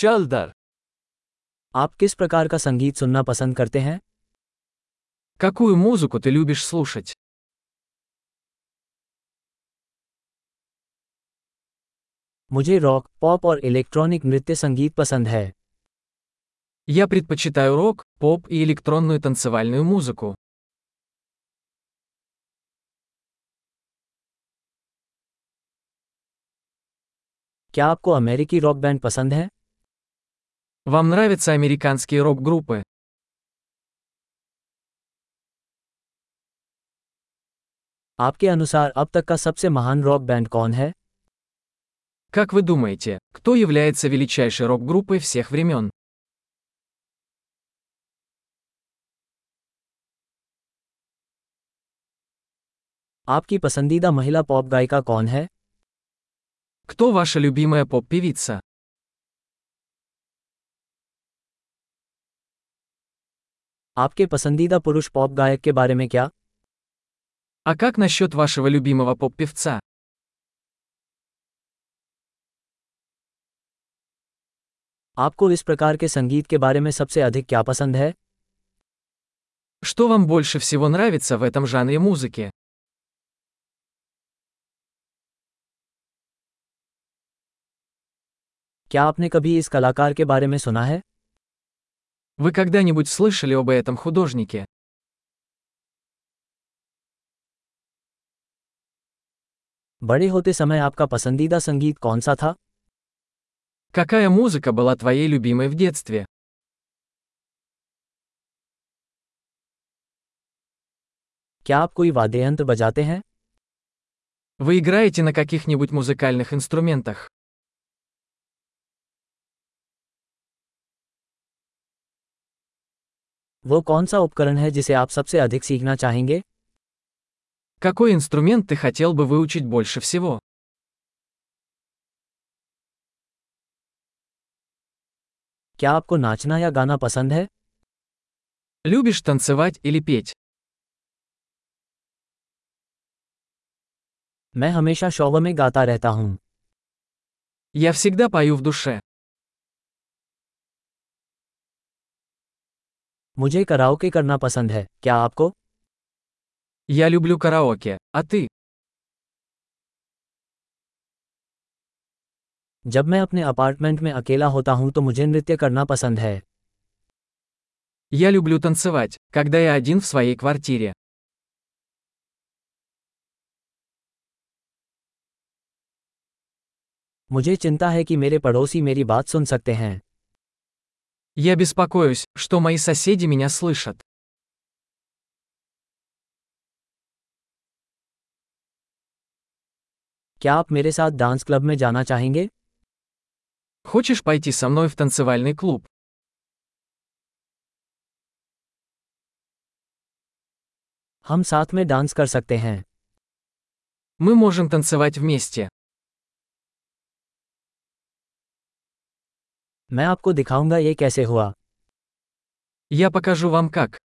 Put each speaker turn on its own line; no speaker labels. चल दर
आप किस प्रकार का संगीत सुनना पसंद करते हैं
Какую музыку ты любишь слушать?
मुझे रॉक पॉप और इलेक्ट्रॉनिक नृत्य संगीत पसंद है
Я предпочитаю рок, поп и электронную танцевальную музыку.
क्या आपको अमेरिकी रॉक बैंड पसंद है
Вам нравятся американские рок-группы?
आपके अनुसार अब तक का सबसे महान रॉक बैंड कौन है
Как вы думаете, кто является величайшей рок-группой всех времен?
आपकी पसंदीदा महिला पॉप गायिका कौन है
Кто ваша любимая поп-певица?
आपके पसंदीदा पुरुष पॉप गायक के बारे में क्या
А как насчет вашего любимого поп-певца?
आपको इस प्रकार के संगीत के बारे में सबसे अधिक क्या पसंद है
Что вам больше всего нравится в этом жанре музыки?
क्या आपने कभी इस कलाकार के बारे में सुना है
Вы когда-нибудь слышали об этом художнике?
बड़े होते समय आपका पसंदीदा संगीत कौन सा था
Какая музыка была твоей любимой в детстве?
क्या आप कोई वाद्य यंत्र बजाते हैं
Вы играете на каких-нибудь музыкальных инструментах?
वो कौन सा उपकरण है जिसे आप सबसे अधिक सीखना चाहेंगे
Какой инструмент ты хотел бы выучить больше всего?
क्या आपको नाचना या गाना पसंद है
Любишь танцевать или петь?
मैं हमेशा शोव में गाता रहता हूँ
Я всегда пою в душе.
मुझे कराओके करना पसंद है क्या आपको
Я люблю караоке. А ты?
जब मैं अपने अपार्टमेंट में अकेला होता हूँ तो मुझे नृत्य करना पसंद है
Я люблю танцевать, когда я один в своей квартире.
मुझे चिंता है कि मेरे पड़ोसी मेरी बात सुन सकते हैं
Я беспокоюсь, что мои соседи меня слышат.
क्या आप मेरे साथ डांस क्लब में जाना चाहेंगे
Хочешь пойти со мной в танцевальный клуб?
हम साथ में डांस कर सकते हैं
Мы можем танцевать вместе.
मैं आपको दिखाऊंगा ये कैसे हुआ
Я покажу вам как.